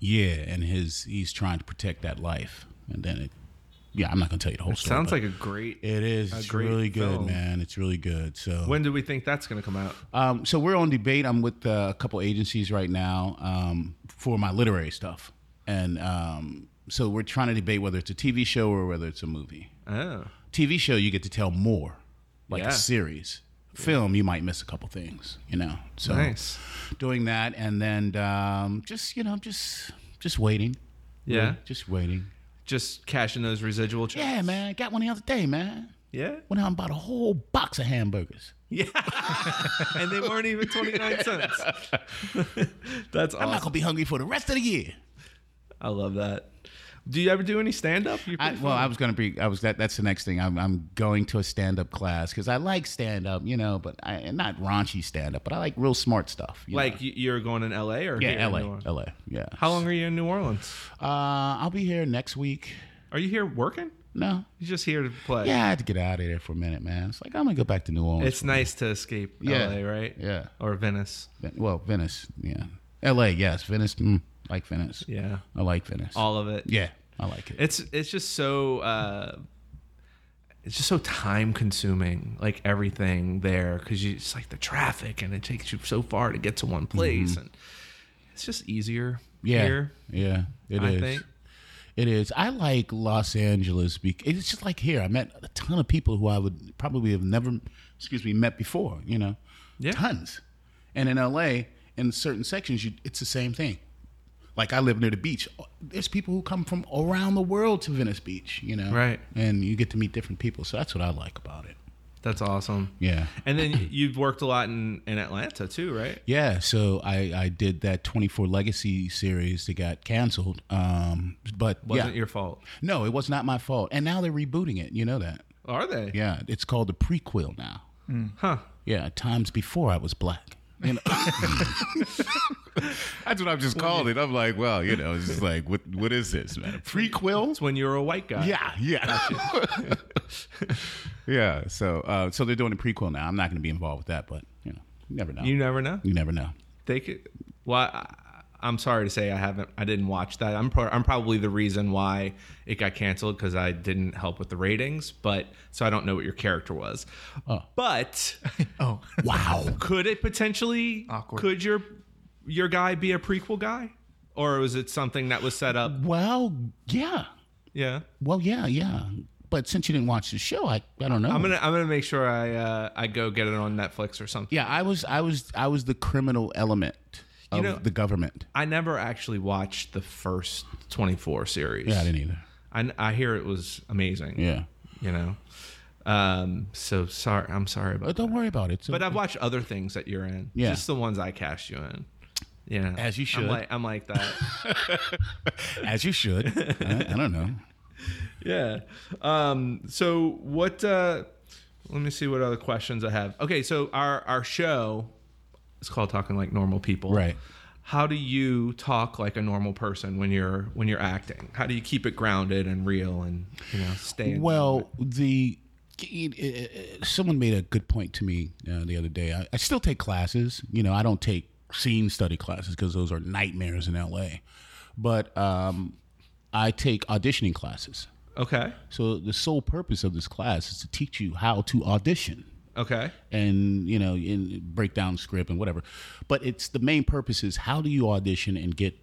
S2: Yeah, and his he's trying to protect that life, and then it. Yeah, I'm not gonna tell you the whole story.
S1: Sounds
S2: but
S1: like a great.
S2: it is. It's
S1: great
S2: really good,
S1: film.
S2: man. It's really good. So
S1: When do we think that's going to come out?
S2: Um, so we're on debate. I'm with uh, a couple agencies right now um, for my literary stuff, and um, so we're trying to debate whether it's a TV show or whether it's a movie.
S1: Oh,
S2: TV show, you get to tell more, like
S1: Yeah.
S2: a series. Film, you might miss a couple things, you know. So
S1: nice.
S2: doing that, and then um, just you know, just just waiting.
S1: Yeah,
S2: just waiting.
S1: just cashing those residual checks.
S2: Yeah, man, got one the other day, man.
S1: Yeah,
S2: Went out and bought a whole box of hamburgers.
S1: yeah. and they weren't even twenty nine cents. that's
S2: I'm not
S1: awesome.
S2: gonna be hungry for the rest of the year.
S1: I love that. Do you ever do any stand up?
S2: I, well, I was gonna be. I was that. That's the next thing. I'm. I'm going to a stand up class because I like stand up, you know, but I and not raunchy stand up, but I like real smart stuff. you
S1: like
S2: know.
S1: y- you're going in L.A. or here
S2: yeah,
S1: in
S2: L.A.
S1: New Orleans?
S2: L.A. Yeah.
S1: How long are you in New Orleans?
S2: Uh, I'll be here next week.
S1: Are you here working?
S2: No.
S1: You're just here to play.
S2: Yeah, I had to get out of there for a minute, man. It's like I'm gonna go back to New Orleans.
S1: It's nice to escape
S2: Yeah.
S1: L.A. Right?
S2: yeah.
S1: Or Venice.
S2: Well, Venice. Yeah. L.A. Yes, Venice. Mm, like Venice.
S1: Yeah.
S2: I like Venice.
S1: All of it.
S2: yeah, I like it.
S1: It's it's just so uh, it's just so time consuming, like everything there, because you it's like the traffic and it takes you so far to get to one place, and it's just easier
S2: Mm-hmm. yeah,
S1: here.
S2: yeah, it is.
S1: I think.
S2: It is. I like Los Angeles because it's just like here. I met a ton of people who I would probably have never, excuse me, met before. You know,
S1: Yeah.
S2: tons. And in LA, in certain sections, you, it's the same thing. Like I live near the beach. There's people who come from around the world to Venice Beach. You know,
S1: Right.
S2: And you get to meet different people. So that's what I like about it.
S1: That's awesome.
S2: Yeah.
S1: And then you've worked a lot in, in Atlanta too, right?
S2: Yeah, so I, I did that 24 Legacy series that got canceled. Um, but
S1: Wasn't
S2: yeah.
S1: your fault.
S2: no, it was not my fault. And now they're rebooting it. You know that.
S1: Are they?
S2: Yeah, it's called the prequel now.
S1: Huh.
S2: Yeah, times before I was black. You know? That's what I've just called it. I'm like, well, you know, it's just like, what what is this, man? A prequel?
S1: It's when you're a white guy.
S2: Yeah, yeah, yeah. So, uh, so they're doing a prequel now. I'm not going to be involved with that, but you know, you never know.
S1: You never know.
S2: you never know.
S1: They could. Well, I, I'm sorry to say I haven't. I didn't watch that. I'm pro, I'm probably the reason why it got canceled because I didn't help with the ratings. But so I don't know what your character was. But
S3: Oh,
S2: Wow.
S1: could it potentially?
S3: Awkward.
S1: Could your your guy be a prequel guy, or was it something that was set up?
S2: well, yeah.
S1: Yeah.
S2: Well, yeah, yeah. But since you didn't watch the show, I I don't know.
S1: I'm gonna I'm gonna make sure I uh, I go get it on Netflix or something.
S2: yeah, I was I was I was the criminal element of
S1: know-
S2: the government.
S1: I never actually watched the first 24 series.
S2: Yeah, I didn't either.
S1: I, I hear it was amazing.
S2: Yeah.
S1: you know. Um, so sorry, I'm sorry about
S2: But
S1: that.
S2: don't worry about it. So,
S1: But I've watched other things that you're in.
S2: Yeah.
S1: Just the ones I cast you in. Yeah.
S2: As you should.
S1: I'm like, I'm like that.
S2: as you should. I, I don't know.
S1: yeah. Um, so what uh let me see what other questions I have. Okay, so our our show is called Talking Like Normal People.
S2: Right.
S1: How do you talk like a normal person when you're when you're acting? How do you keep it grounded and real and you know stay? in-
S2: Well, the someone made a good point to me uh, the other day. I, I still take classes. You know, I don't take scene study classes because those are nightmares in L.A. But um, I take auditioning classes.
S1: okay,
S2: So the sole purpose of this class is to teach you how to audition
S1: okay,
S2: and you know and break down script and whatever. But it's the main purpose is how do you audition and get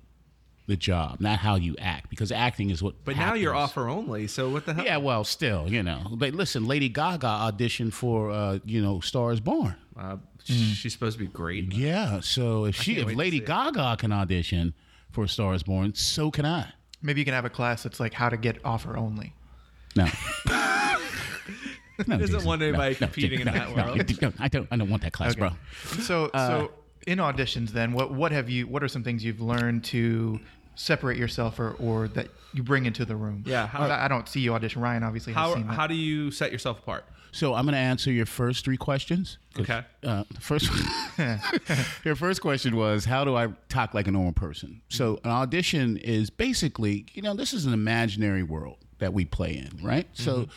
S2: the job, not how you act because acting is what.
S1: but now you're
S2: happens.
S1: offer only. So what the hell?
S2: Yeah, well, still, you know. But listen, Lady Gaga auditioned for uh, you know, Stars Born.
S1: Uh,
S3: Mm.
S1: She's supposed to be great.
S2: Yeah, so if she if
S1: wait to
S2: Lady
S1: see it.
S2: Gaga can audition for Stars Born, so can I.
S3: maybe you can have a class that's like how to get offer only.
S2: No. no
S1: Isn't one
S2: no,
S1: anybody
S2: no,
S1: competing in
S2: no,
S1: that
S2: no,
S1: world?
S2: no, I don't I don't want that class, bro.
S3: So,
S1: Uh,
S3: so in auditions, then what what have you? What are some things you've learned to separate yourself or, or that you bring into the room?
S1: Yeah, how-
S3: 'Cause I, I don't see you audition. Ryan obviously has
S1: How
S3: seen that.
S1: how do you set yourself apart?
S2: So I'm going to answer your first three questions. 'cause,
S1: Okay.
S2: Uh, the first your first question was how do I talk like a normal person? So an audition is basically you know this is an imaginary world that we play in, right? So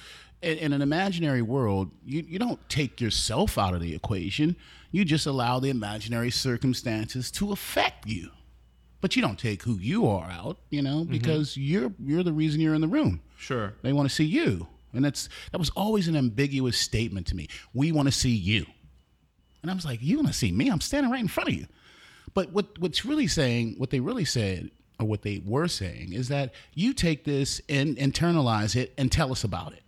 S2: in, in an imaginary world, you you don't take yourself out of the equation. You just allow the imaginary circumstances to affect you but you don't take who you are out, you know, because you're you're the reason you're in the room.
S1: Sure.
S2: They want to see you. And that's that was always an ambiguous statement to me. We want to see you. And I was like, you want to see me? I'm standing right in front of you. But what what's really saying, what they really said or what they were saying is that you take this and internalize it and tell us about it.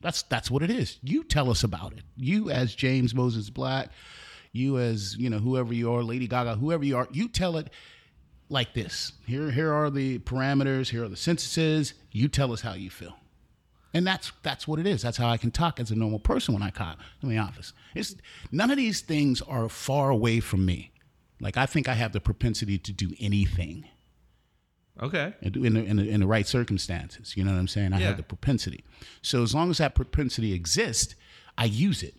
S2: That's that's what it is. You tell us about it. You as James Moses Black, you as you know whoever you are, Lady Gaga, whoever you are, you tell it like this. Here here are the parameters. Here are the sentences. You tell us how you feel, and that's that's what it is. That's how I can talk as a normal person when I cop in the office. It's none of these things are far away from me. Like I think I have the propensity to do anything
S1: Okay.
S2: and do in the, in, the, in the right circumstances. You know what I'm saying? I
S1: Yeah.
S2: have the propensity. So as long as that propensity exists, I use it.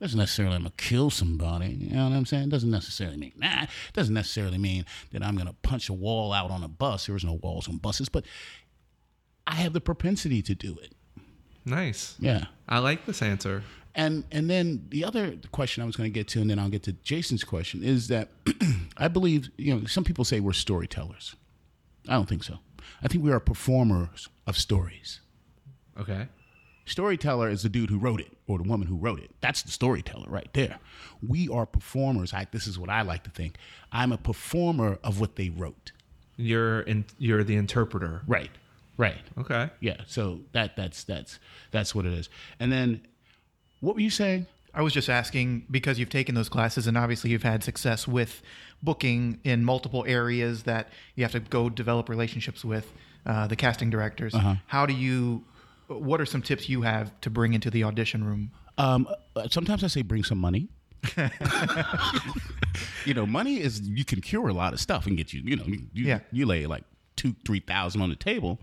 S2: Doesn't necessarily I'm gonna kill somebody. You know what I'm saying? Doesn't necessarily mean that. Doesn't necessarily mean that I'm gonna punch a wall out on a bus. There is no walls on buses, but I have the propensity to do it.
S1: Nice.
S2: Yeah.
S1: I like this answer.
S2: And and then the other question I was going to get to, and then I'll get to Jason's question, is that I believe you know some people say we're storytellers. I don't think so. I think we are performers of stories.
S1: Okay.
S2: Storyteller is the dude who wrote it or the woman who wrote it. That's the storyteller right there. We are performers. I, this is what I like to think. I'm a performer of what they wrote.
S1: You're in, you're the interpreter.
S2: Right. Right.
S1: Okay.
S2: Yeah. So that that's that's that's what it is. And then what were you saying?
S3: I was just asking because you've taken those classes and obviously you've had success with booking in multiple areas that you have to go develop relationships with uh, the casting directors.
S2: Uh-huh.
S3: How do you? What are some tips you have to bring into the audition room?
S2: Um, uh, sometimes I say bring some money. you know, money is you can cure a lot of stuff and get you. You know, you you,
S3: Yeah.
S2: you lay like two three thousand on the table,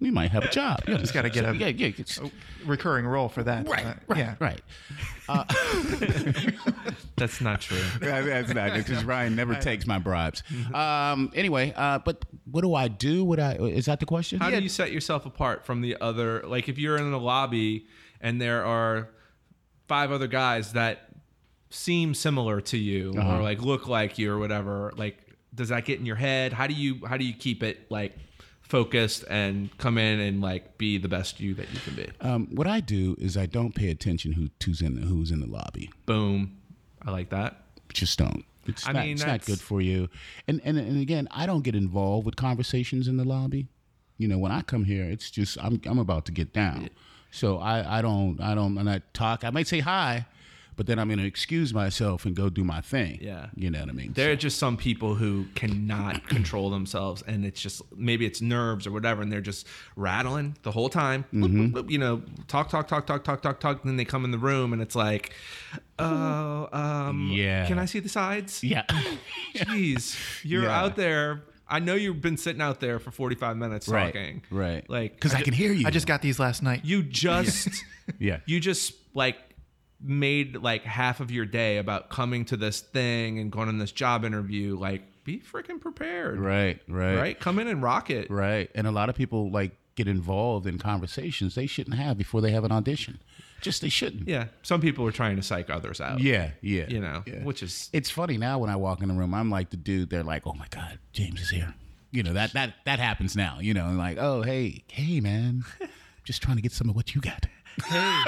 S2: you might have a job. You Mm-hmm. just
S3: gotta get a-
S2: yeah yeah. it's-
S3: Recurring role for that,
S2: Right,
S3: uh,
S2: right,
S3: yeah.
S2: right.
S1: That's not true.
S2: Yeah, that's not because Ryan never takes my bribes. Um, anyway, uh, but what do I do? What I is that the question?
S1: How do you set yourself apart from the other? Like if you're in the lobby and there are five other guys that seem similar to you
S3: Uh-huh.
S1: or like look like you or whatever, like does that get in your head? How do you how do you keep it like focused and come in and like be the best you that you can be?
S2: Um, what I do is I don't pay attention who who's in the, who's in the lobby.
S1: Boom. I like that.
S2: just don't. It's
S1: I
S2: not,
S1: mean,
S2: it's not
S1: that's-
S2: good for you. And, and and again, I don't get involved with conversations in the lobby. You know, when I come here, it's just I'm I'm about to get down. So I I don't I don't and I talk. I might say hi, but then I'm going to excuse myself and go do my thing.
S1: Yeah.
S2: you know what I mean.
S1: There are just some people who cannot control themselves, and it's just maybe it's nerves or whatever, and they're just rattling the whole time.
S2: Mm-hmm.
S1: Bloop, bloop, bloop, you know, talk, talk, talk, talk, talk, talk, talk. And then they come in the room, and it's like, oh, um,
S2: Yeah.
S1: Can I see the sides?
S2: yeah,
S1: Jeez, you're
S2: Yeah.
S1: out there. I know you've been sitting out there for 45 minutes
S2: right,
S1: talking.
S2: right.
S1: Like,
S2: because I, can hear you.
S3: I just got these last night.
S1: you just
S2: Yeah.
S1: you just like made like half of your day about coming to this thing and going on this job interview like be freaking prepared
S2: right, right,
S1: right, come in and rock it
S2: right. And a lot of people like get involved in conversations they shouldn't have before they have an audition. Just they shouldn't.
S1: yeah some people are trying to psych others out
S2: Yeah, yeah.
S1: you know
S2: yeah.
S1: which is
S2: It's funny now when I walk in the room, I'm like the dude. They're like, "Oh my god, James is here." You know that that that happens now. You know, and like, "Oh hey, hey man, just trying to get some of what you got."
S1: hey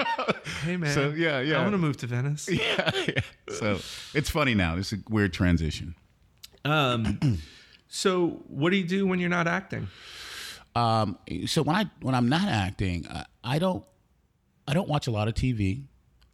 S1: hey man
S2: So, yeah, yeah.
S1: i'm gonna move to venice
S2: yeah, yeah. So it's funny now. It's a weird transition.
S1: um so what do you do when you're not acting
S2: Um, so when I when I'm not acting, I, I don't I don't watch a lot of TV.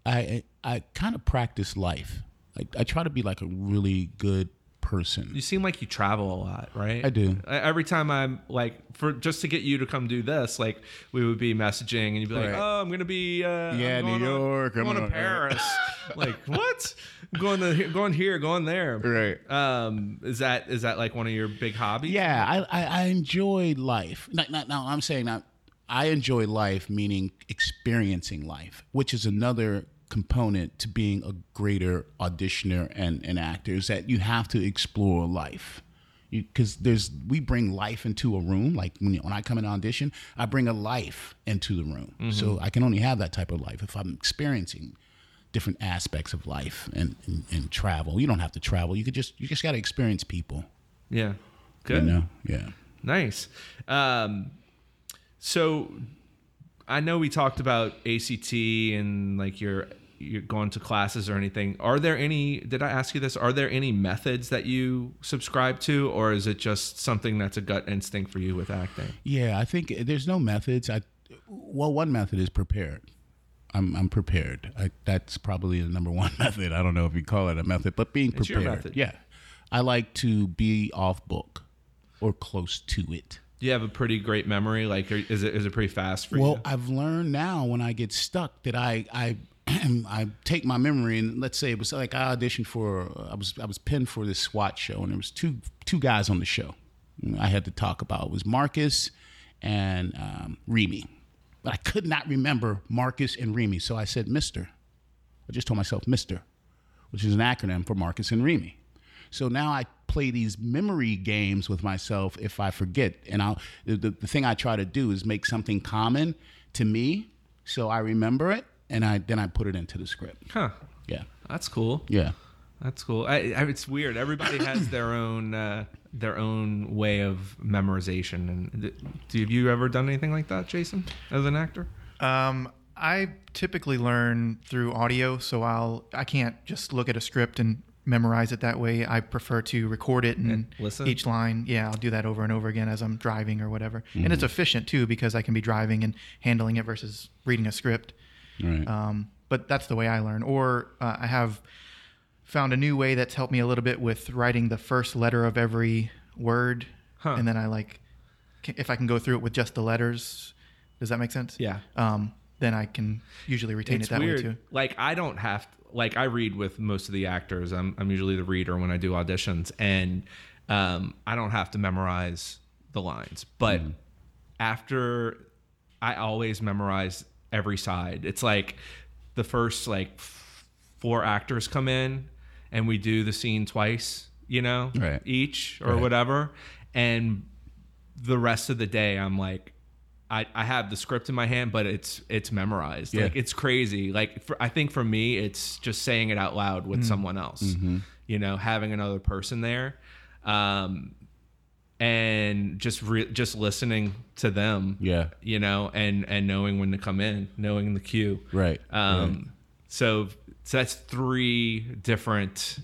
S2: I I, I kind of practice life. I, I try to be like a really good person.
S1: you seem like you travel a lot right
S2: I do.
S1: I- every time i'm like for just to get you to come do this like we would be messaging and you'd be like
S2: Right.
S1: oh i'm gonna be uh
S2: Yeah,
S1: I'm going
S2: New
S1: to-
S2: York,
S1: i'm
S2: I'm
S1: going to
S2: gonna-
S1: paris like what I'm going to going here going there
S2: Right.
S1: um is that is that like one of your big hobbies
S2: Yeah, I, I, I enjoy life. Not, not, no, I'm saying not, I enjoy life, meaning experiencing life, which is another component to being a greater auditioner and, and actor is that you have to explore life. Because there's, we bring life into a room. Like when, when I come in audition, I bring a life into the room. So I can only have that type of life if I'm experiencing different aspects of life and, and, and travel. You don't have to travel. You could just, you just got to experience people.
S1: yeah good
S2: You know? Yeah.
S1: Nice. Um, so I know we talked about ACT and like your you're going to classes or anything. Are there any did I ask you this? Are there any methods that you subscribe to or is it just something that's a gut instinct for you with acting?
S2: Yeah, I think there's no methods. I well, one method is prepared. I'm I'm prepared. I, that's probably the number one method. I don't know if you call it a method, but being
S1: It's your
S2: prepared.
S1: method.
S2: Yeah, I like to be off book or close to it.
S1: Do you have a pretty great memory? Like are- is it is it pretty fast for
S2: Well,
S1: you?
S2: I've learned now when I get stuck that I I I take my memory and let's say it was like I auditioned for I was I was pinned for this SWAT show and there was two two guys on the show I had to talk about it was Marcus and um, Remy, but I could not remember Marcus and Remy, so I said Mister. I just told myself Mister, which is an acronym for Marcus and Remy. So now I play these memory games with myself if I forget. And I'll, the, the, the thing I try to do is make something common to me so I remember it. and I then I put it into the script.
S1: Huh.
S2: Yeah,
S1: That's cool.
S2: yeah.
S1: That's cool. I, I, it's weird. Everybody has their own uh, their own way of memorization. And th- do have you ever done anything like that, Jason, as an actor?
S3: Um, I typically learn through audio, so I'll I can't just look at a script and memorize it that way. I prefer to record it and,
S1: And listen?
S3: each line. Yeah, I'll do that over and over again as I'm driving or whatever. And
S1: Mm-hmm.
S3: it's efficient too because I can be driving and handling it versus reading a script.
S2: Right.
S3: Um, but that's the way I learn. Or uh, I have found a new way that's helped me a little bit with writing the first letter of every word,
S1: Huh.
S3: and then I like ca- if I can go through it with just the letters. Does that make sense?
S1: Yeah.
S3: Um, then I can usually retain it that way too.
S1: Like I don't have like I read with most of the actors. I'm I'm usually the reader when I do auditions, and um, I don't have to memorize the lines. But
S2: Hmm.
S1: after I always memorize every side. It's like the first like f- four actors come in, and we do the scene twice. You know,
S2: Right.
S1: each or whatever, and the rest of the day I'm like I, I have the script in my hand but it's it's memorized
S2: Yeah.
S1: like it's crazy like for, I think for me it's just saying it out loud
S2: Mm.
S1: with someone else
S2: Mm-hmm.
S1: you know having another person there um and just re- just listening to them
S2: Yeah.
S1: you know and and knowing when to come in knowing the cue
S2: Right.
S1: um so so that's three different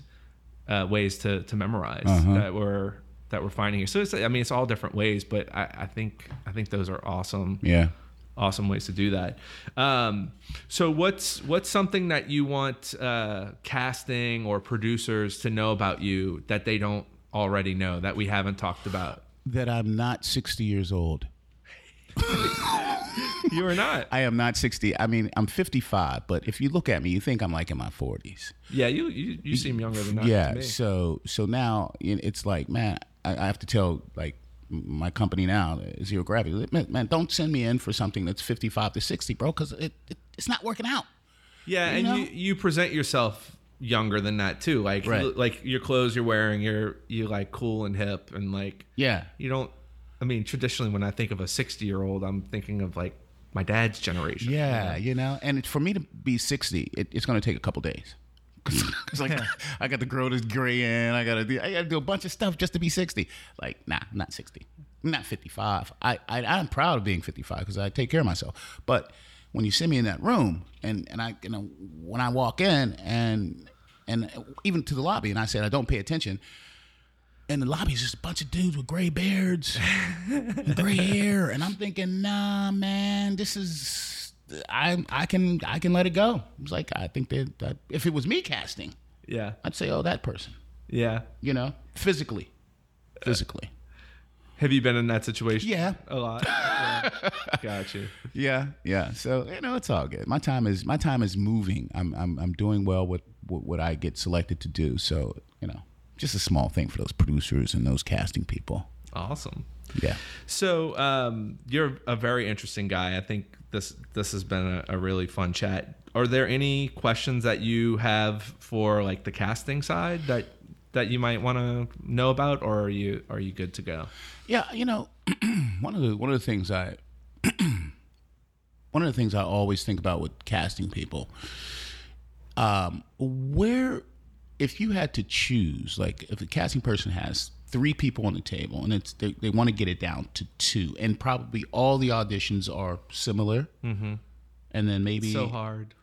S1: uh, ways to to memorize
S2: Uh-huh.
S1: that we're that we're finding here. So it's I mean it's all different ways, but I, I think I think those are awesome
S2: yeah.
S1: awesome ways to do that. Um, so what's what's something that you want uh, casting or producers to know about you that they don't already know that we haven't talked about?
S2: That I'm not 60 years old.
S1: You are not.
S2: I am not 60. I mean, I'm 55, but if you look at me, you think I'm like in my 40s.
S1: Yeah, you you, you seem younger than that.
S2: yeah
S1: to me.
S2: so so now you know, it's like man I, I have to tell like my company now uh, zero gravity like, man, man don't send me in for something that's 55 to 60 bro because it, it it's not working out
S1: Yeah, and
S2: know?
S1: you, you present yourself younger than that too. Like
S2: Right.
S1: you- like your clothes you're wearing, you're you like cool and hip and like
S2: yeah
S1: you don't I mean traditionally when I think of a 60-year-old, I'm thinking of like my dad's generation.
S2: yeah you know and it, for me to be 60 it, it's going to take a couple days 'Cause like I got to grow this gray in, I gotta do, I gotta do a bunch of stuff just to be sixty. Like, nah, I'm not sixty, I'm not fifty five. I, I I'm proud of being fifty five because I take care of myself. But when you send me in that room, and and I you know when I walk in and and even to the lobby, and I said I don't pay attention. And the lobby is just a bunch of dudes with gray beards, and gray hair, and I'm thinking, nah, man, this is I I can I can let it go. It's like I think that, that if it was me casting,
S1: Yeah.
S2: I'd say, oh, that person,
S1: Yeah.
S2: you know, physically, physically.
S1: Have you been in that situation?
S2: Yeah.
S1: A lot. Yeah. Got you.
S2: Yeah, yeah. So you know, it's all good. My time is my time is moving. I'm I'm I'm doing well with what, what I get selected to do. So you know, just a small thing for those producers and those casting people.
S1: Awesome.
S2: Yeah.
S1: So um, you're a very interesting guy. I think this this has been a, a really fun chat. Are there any questions that you have for like the casting side that that you might want to know about, or are you are you good to go?
S2: Yeah, you know, one of the one of the things I one of the things I always think about with casting people, um, where if you had to choose, like if a casting person has three people on the table and it's they, they want to get it down to two, and probably all the auditions are similar, mm-hmm. and then maybe
S1: So hard.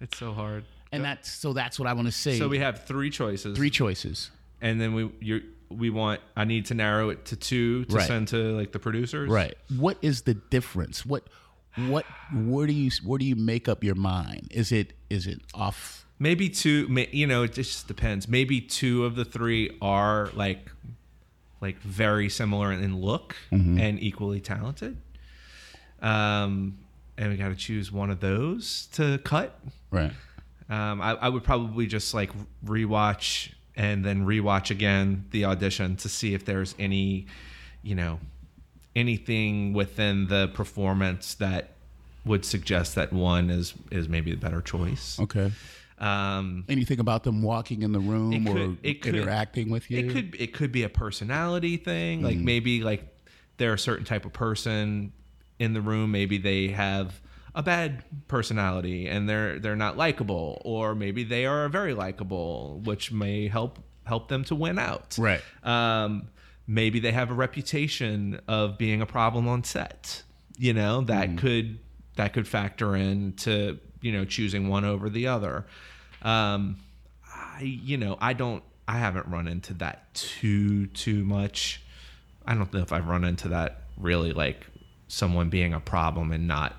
S1: It's so hard.
S2: and that's so that's what I want to say.
S1: So we have three choices,
S2: three choices,
S1: and then we you we want. I need to narrow it to two to
S2: Right.
S1: send to like the producers.
S2: Right. What is the difference? What what where do you where do you make up your mind? Is it is it off?
S1: Maybe two. ma- You know, it just depends. Maybe two of the three are like like very similar in look and equally talented. Um, and we got to choose one of those to cut.
S2: Right.
S1: Um, I, I would probably just like rewatch and then rewatch again the audition to see if there's any, you know, anything within the performance that would suggest that one is is maybe the better choice.
S2: Okay.
S1: Um,
S2: Anything about them walking in the room
S1: It
S2: or
S1: could- it could-
S2: interacting with you? Mm.
S1: It could it could be a personality thing. Like maybe like they're a certain type of person in the room. Maybe they have a a bad personality and they're they're not likable, or maybe they are very likable, which may help help them to win out.
S2: Right.
S1: Um, maybe they have a reputation of being a problem on set. You know
S2: Mm.
S1: that could that could factor in to you know choosing one over the other. Um, I you know I don't I haven't run into that too too much. I don't know if I've run into that really like someone being a problem and not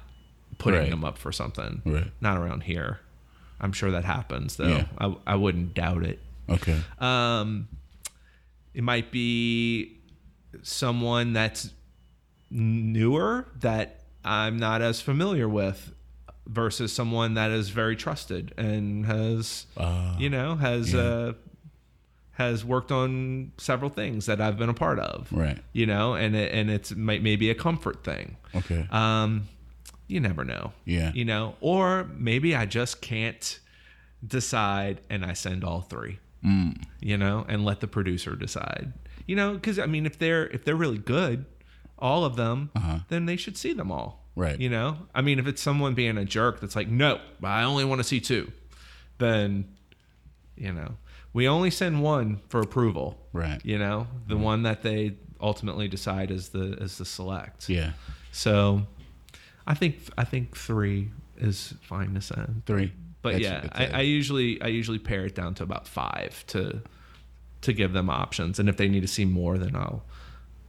S1: putting
S2: Right.
S1: them up for something.
S2: Right.
S1: Not around here. I'm sure that happens though.
S2: Yeah.
S1: I I wouldn't doubt it.
S2: Okay.
S1: Um, it might be someone that's newer that I'm not as familiar with versus someone that is very trusted and has you know has uh, has worked on several things that I've been a part of
S2: Right.
S1: you know and it, and it's might maybe a comfort thing
S2: Okay.
S1: um you never know
S2: Yeah.
S1: you know or maybe i just can't decide and i send all three
S2: Mm.
S1: you know and let the producer decide you know because i mean if they're if they're really good all of them then they should see them all
S2: Uh-huh. Right.
S1: you know i mean if it's someone being a jerk that's like no i only want to see two then you know we only send one for approval
S2: Right. Mm.
S1: you know the one that they ultimately decide is the is the select
S2: yeah.
S1: so I think I think three is fine to send.
S2: Three.
S1: But
S2: That's-
S1: yeah,
S2: that's
S1: I,
S2: it.
S1: I usually I usually pare it down to about five to to give them options. And if they need to see more then I'll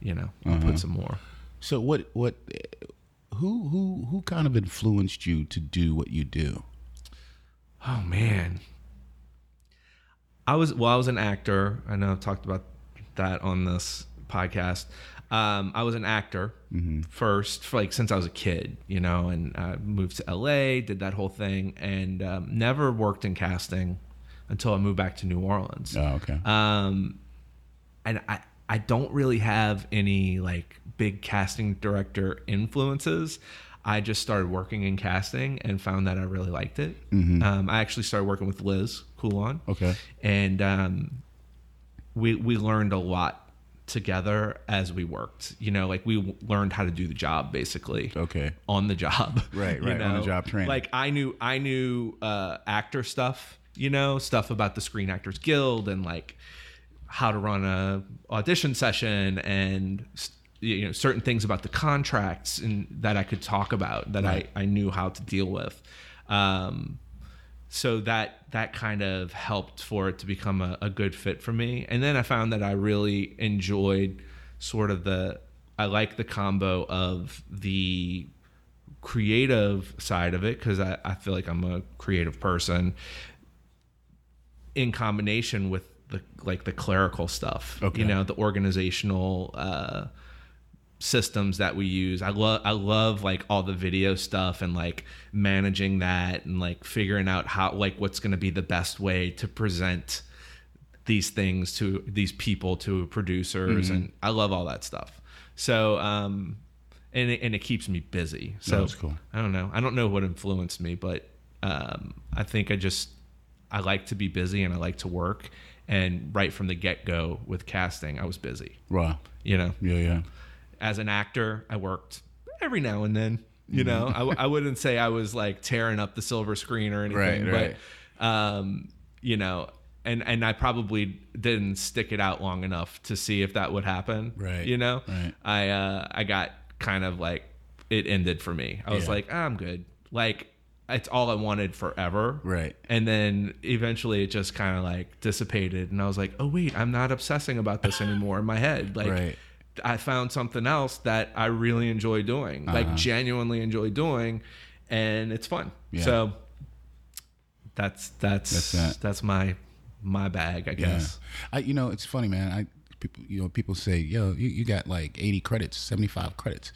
S1: you know, I'll put some more.
S2: So what what who who who kind of influenced you to do what you do?
S1: Oh man. I was well, I was an actor. I know I've talked about that on this podcast. Um, I was an actor first, for, like since I was a kid, you know, and I moved to LA, did that whole thing, and um, never worked in casting until I moved back to New Orleans.
S2: Oh, okay.
S1: Um, and I, I don't really have any like big casting director influences. I just started working in casting and found that I really liked it. Um, I actually started working with Liz Coulon.
S2: Mm-hmm. Okay.
S1: And um, we we learned a lot together as we worked. You know, like we w- learned how to do the job basically
S2: okay.
S1: on the job.
S2: Right,
S1: you
S2: right, on the
S1: know?
S2: job training.
S1: Like I knew I knew uh actor stuff, you know, stuff about the Screen Actors Guild and like how to run a audition session and s- you know certain things about the contracts and that I could talk about that
S2: Right.
S1: I I knew how to deal with. Um so that that kind of helped for it to become a, a good fit for me and then i found that i really enjoyed sort of the i like the combo of the creative side of it because I, I feel like i'm a creative person in combination with the like the clerical stuff
S2: Okay.
S1: you know the organizational uh systems that we use. I love I love like all the video stuff and like managing that and like figuring out how like what's going to be the best way to present these things to these people to producers
S2: Mm-hmm.
S1: and I love all that stuff. So um and it, and it keeps me busy. So
S2: That's cool.
S1: I don't know. I don't know what influenced me, but um I think I just I like to be busy and I like to work and right from the get-go with casting I was busy,
S2: Wow.
S1: you know
S2: Yeah, yeah.
S1: as an actor, I worked every now and then. You know,
S2: Mm-hmm.
S1: I, I wouldn't say I was like tearing up the silver screen or anything,
S2: Right, right.
S1: but um, you know, and and I probably didn't stick it out long enough to see if that would happen.
S2: Right,
S1: You know,
S2: right.
S1: I uh, I got kind of like it ended for me. I was
S2: Yeah.
S1: like, "Ah, I'm good. Like it's all I wanted forever.
S2: Right.
S1: And then eventually it just kind of like dissipated, and I was like, oh wait, I'm not obsessing about this anymore in my head. Like
S2: Right.
S1: I found something else that I really enjoy doing,
S2: Uh-huh.
S1: like genuinely enjoy doing, and it's fun.
S2: Yeah.
S1: So that's that's that's,
S2: that.
S1: my my bag, I
S2: Yeah.
S1: guess.
S2: I you know, it's funny, man. I people you know, people say, "Yo, you, you got like 80 credits, 75 credits."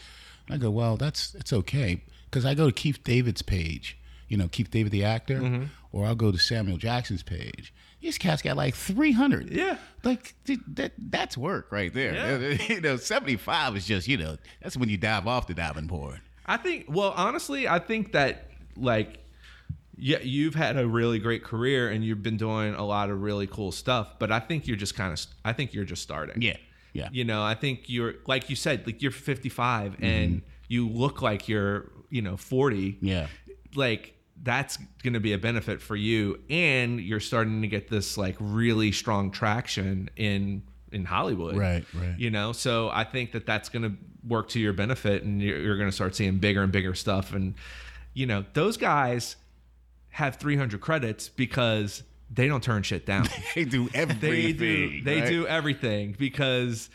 S2: And I go, "Well, that's it's okay cuz I go to Keith David's page, you know, Keith David the actor,
S1: Mm-hmm.
S2: or I'll go to Samuel Jackson's page. These cats got like 300.
S1: Yeah.
S2: Like th- that that's work right there.
S1: Yeah.
S2: you know, 75 is just, you know, that's when you dive off the diving board.
S1: I think. Well, honestly, I think that like, yeah, you've had a really great career and you've been doing a lot of really cool stuff. But I think you're just kind of. I think you're just starting.
S2: Yeah. Yeah.
S1: You know, I think you're like you said, like you're 55 and you look like you're you know 40
S2: Mm-hmm. Yeah.
S1: like that's going to be a benefit for you and you're starting to get this like really strong traction in in Hollywood
S2: Right, right.
S1: you know so i think that that's going to work to your benefit and you're, you're going to start seeing bigger and bigger stuff and you know those guys have 300 credits because they don't turn shit down
S2: They do everything.
S1: they do they
S2: right?
S1: do everything because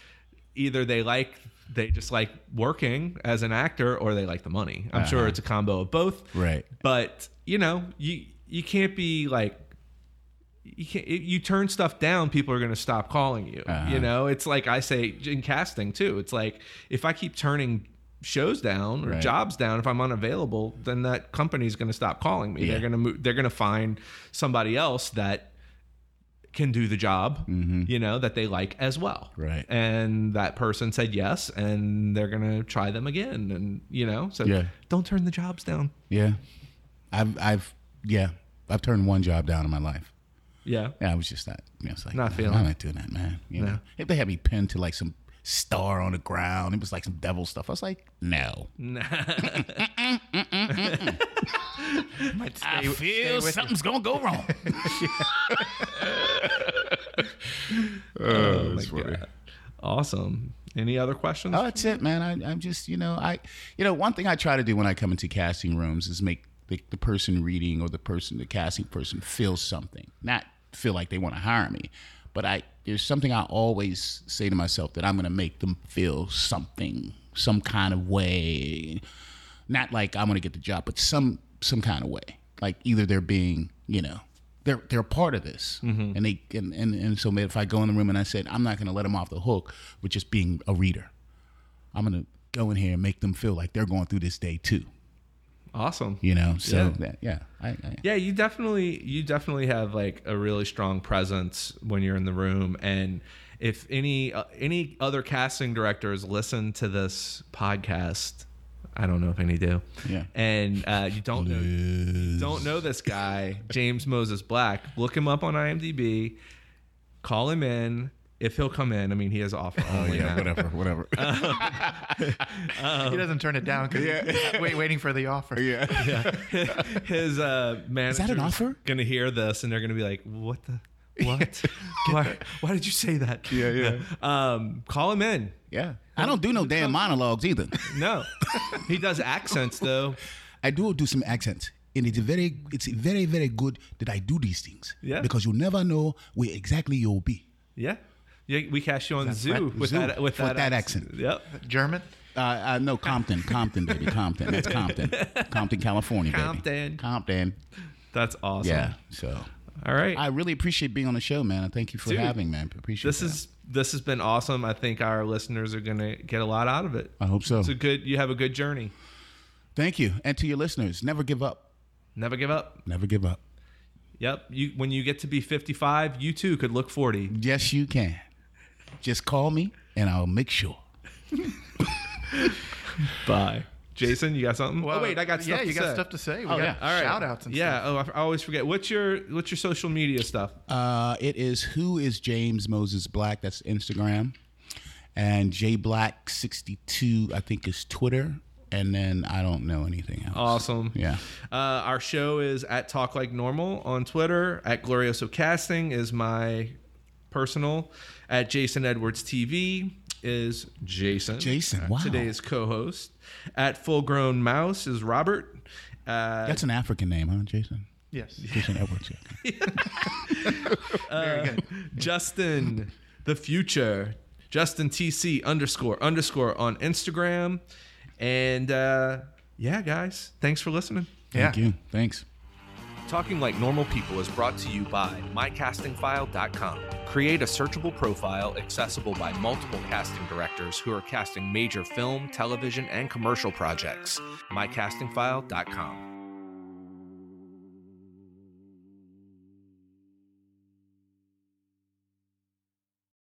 S1: either they like they just like working as an actor or they like the money i'm sure it's a combo of both
S2: Uh-huh. Right.
S1: but you know you you can't be like you can't if you turn stuff down people are going to stop calling you
S2: Uh-huh.
S1: you know it's like i say in casting too it's like if i keep turning shows down or
S2: Right.
S1: jobs down if i'm unavailable then that company's going to stop calling me
S2: Yeah.
S1: they're going to move they're going to find somebody else that can do the job, you know, that they like as well.
S2: Mm-hmm. Right.
S1: And that person said yes, and they're going to try them again. And, you know, so
S2: Yeah.
S1: don't turn the jobs down.
S2: Yeah. I've I've yeah. I've turned one job down in my life.
S1: Yeah.
S2: Yeah, I was just not. You know, it's like
S1: Not
S2: nah,
S1: feeling
S2: I'm not doing that, man. You know, if they had me pinned to like some star on the ground, it was like some devil stuff. I was like, no.
S3: Might stay,
S2: I
S3: stay
S2: feel
S3: with you.
S2: something's gonna go wrong.
S1: Oh my God. Awesome. Any other questions?
S2: Oh, that's it, man. I, I'm just, you know, I, you know, one thing I try to do when I come into casting rooms is make the, the person reading or the person, the casting person, feel something, not feel like they want to hire me. But I, there's something I always say to myself that I'm going to make them feel something, some kind of way. Not like I'm going to get the job, but some some kind of way. Like either they're being, you know, they're they're a part of this, and they and, and and so if I go in the room and I said I'm not going to let them off the hook with just being a reader. I'm gonna go in here and make them feel like they're going through this day too.
S1: awesome.
S2: You know, so
S1: Yeah.
S2: yeah, that, yeah, I, I,
S1: yeah you definitely you definitely have like a really strong presence when you're in the room and if any uh, any other casting directors listen to this podcast i don't know if any do
S2: Yeah.
S1: and uh, you don't know you don't know this guy james moses black look him up on imdb call him in if he'll come in i mean he has offer only now.
S2: Oh, whatever, whatever.
S1: Uh, Um,
S3: He doesn't turn it down because wait, waiting for the offer. Yeah.
S1: his uh manager
S2: that an offer?
S1: gonna hear this and they're gonna be like what the what why, why did you say that yeah yeah um call him in
S2: yeah, I don't do no damn monologues either.
S1: no he does accents though
S2: I do do some accents, and it's very, it's very, very good that I do these things.
S1: Yeah.
S2: because you never know where exactly you'll be.
S1: yeah yeah, we cast you on Zoo
S3: right?
S1: with
S2: Zoo,
S1: that with
S2: with
S1: that,
S2: that accent.
S1: Yep.
S3: German.
S2: Uh, uh, no, Compton, Compton, baby, Compton. That's Compton, Compton, California, baby.
S1: Compton.
S2: Compton.
S1: That's awesome.
S2: Yeah. So
S1: All right.
S2: I really appreciate being on the show, man. and Thank you for
S1: Dude,
S2: having, man. Appreciate
S1: this
S2: that.
S1: is this has been awesome. I think our listeners are gonna get a lot out of it.
S2: I hope so.
S1: It's a good you have a good journey.
S2: Thank you, and to your listeners, never give up.
S1: Never give up.
S2: Never give up.
S1: Yep. You when you get to be fifty five, you too could look forty.
S2: Yes, you can. Just call me and I'll make sure.
S1: Bye. Jason, you got something?
S3: Well,
S1: oh wait, I got stuff
S3: yeah.
S1: to
S3: you got
S1: say. Oh,
S3: stuff to say. We got
S2: yeah.
S1: All right.
S3: shout outs and
S1: yeah. Oh, I f- I always forget. What's your what's your social media stuff?
S2: Uh, it is Who is James Moses Black? That's Instagram. And J Black62, I think, is Twitter. And then I don't know anything else.
S1: Awesome.
S2: Yeah.
S1: Uh, our show is at Talk Like Normal on Twitter. At Glorioso Casting is my personal. At Jason Edwards TV is Jason.
S2: Jason, wow.
S1: Today's co-host. At Full Grown Mouse is Robert. Uh,
S2: That's an African name, huh, Jason?
S3: Yes.
S2: Jason Edwards.
S3: Very good.
S1: Justin, the future. Justin TC underscore underscore on Instagram. And uh, yeah, guys, thanks for listening.
S3: Yeah.
S2: Thank you. Thanks.
S1: Talking Like Normal People is brought to you by MyCastingFile.com. Create a searchable profile accessible by multiple casting directors who are casting major film, television, and commercial projects. MyCastingFile.com.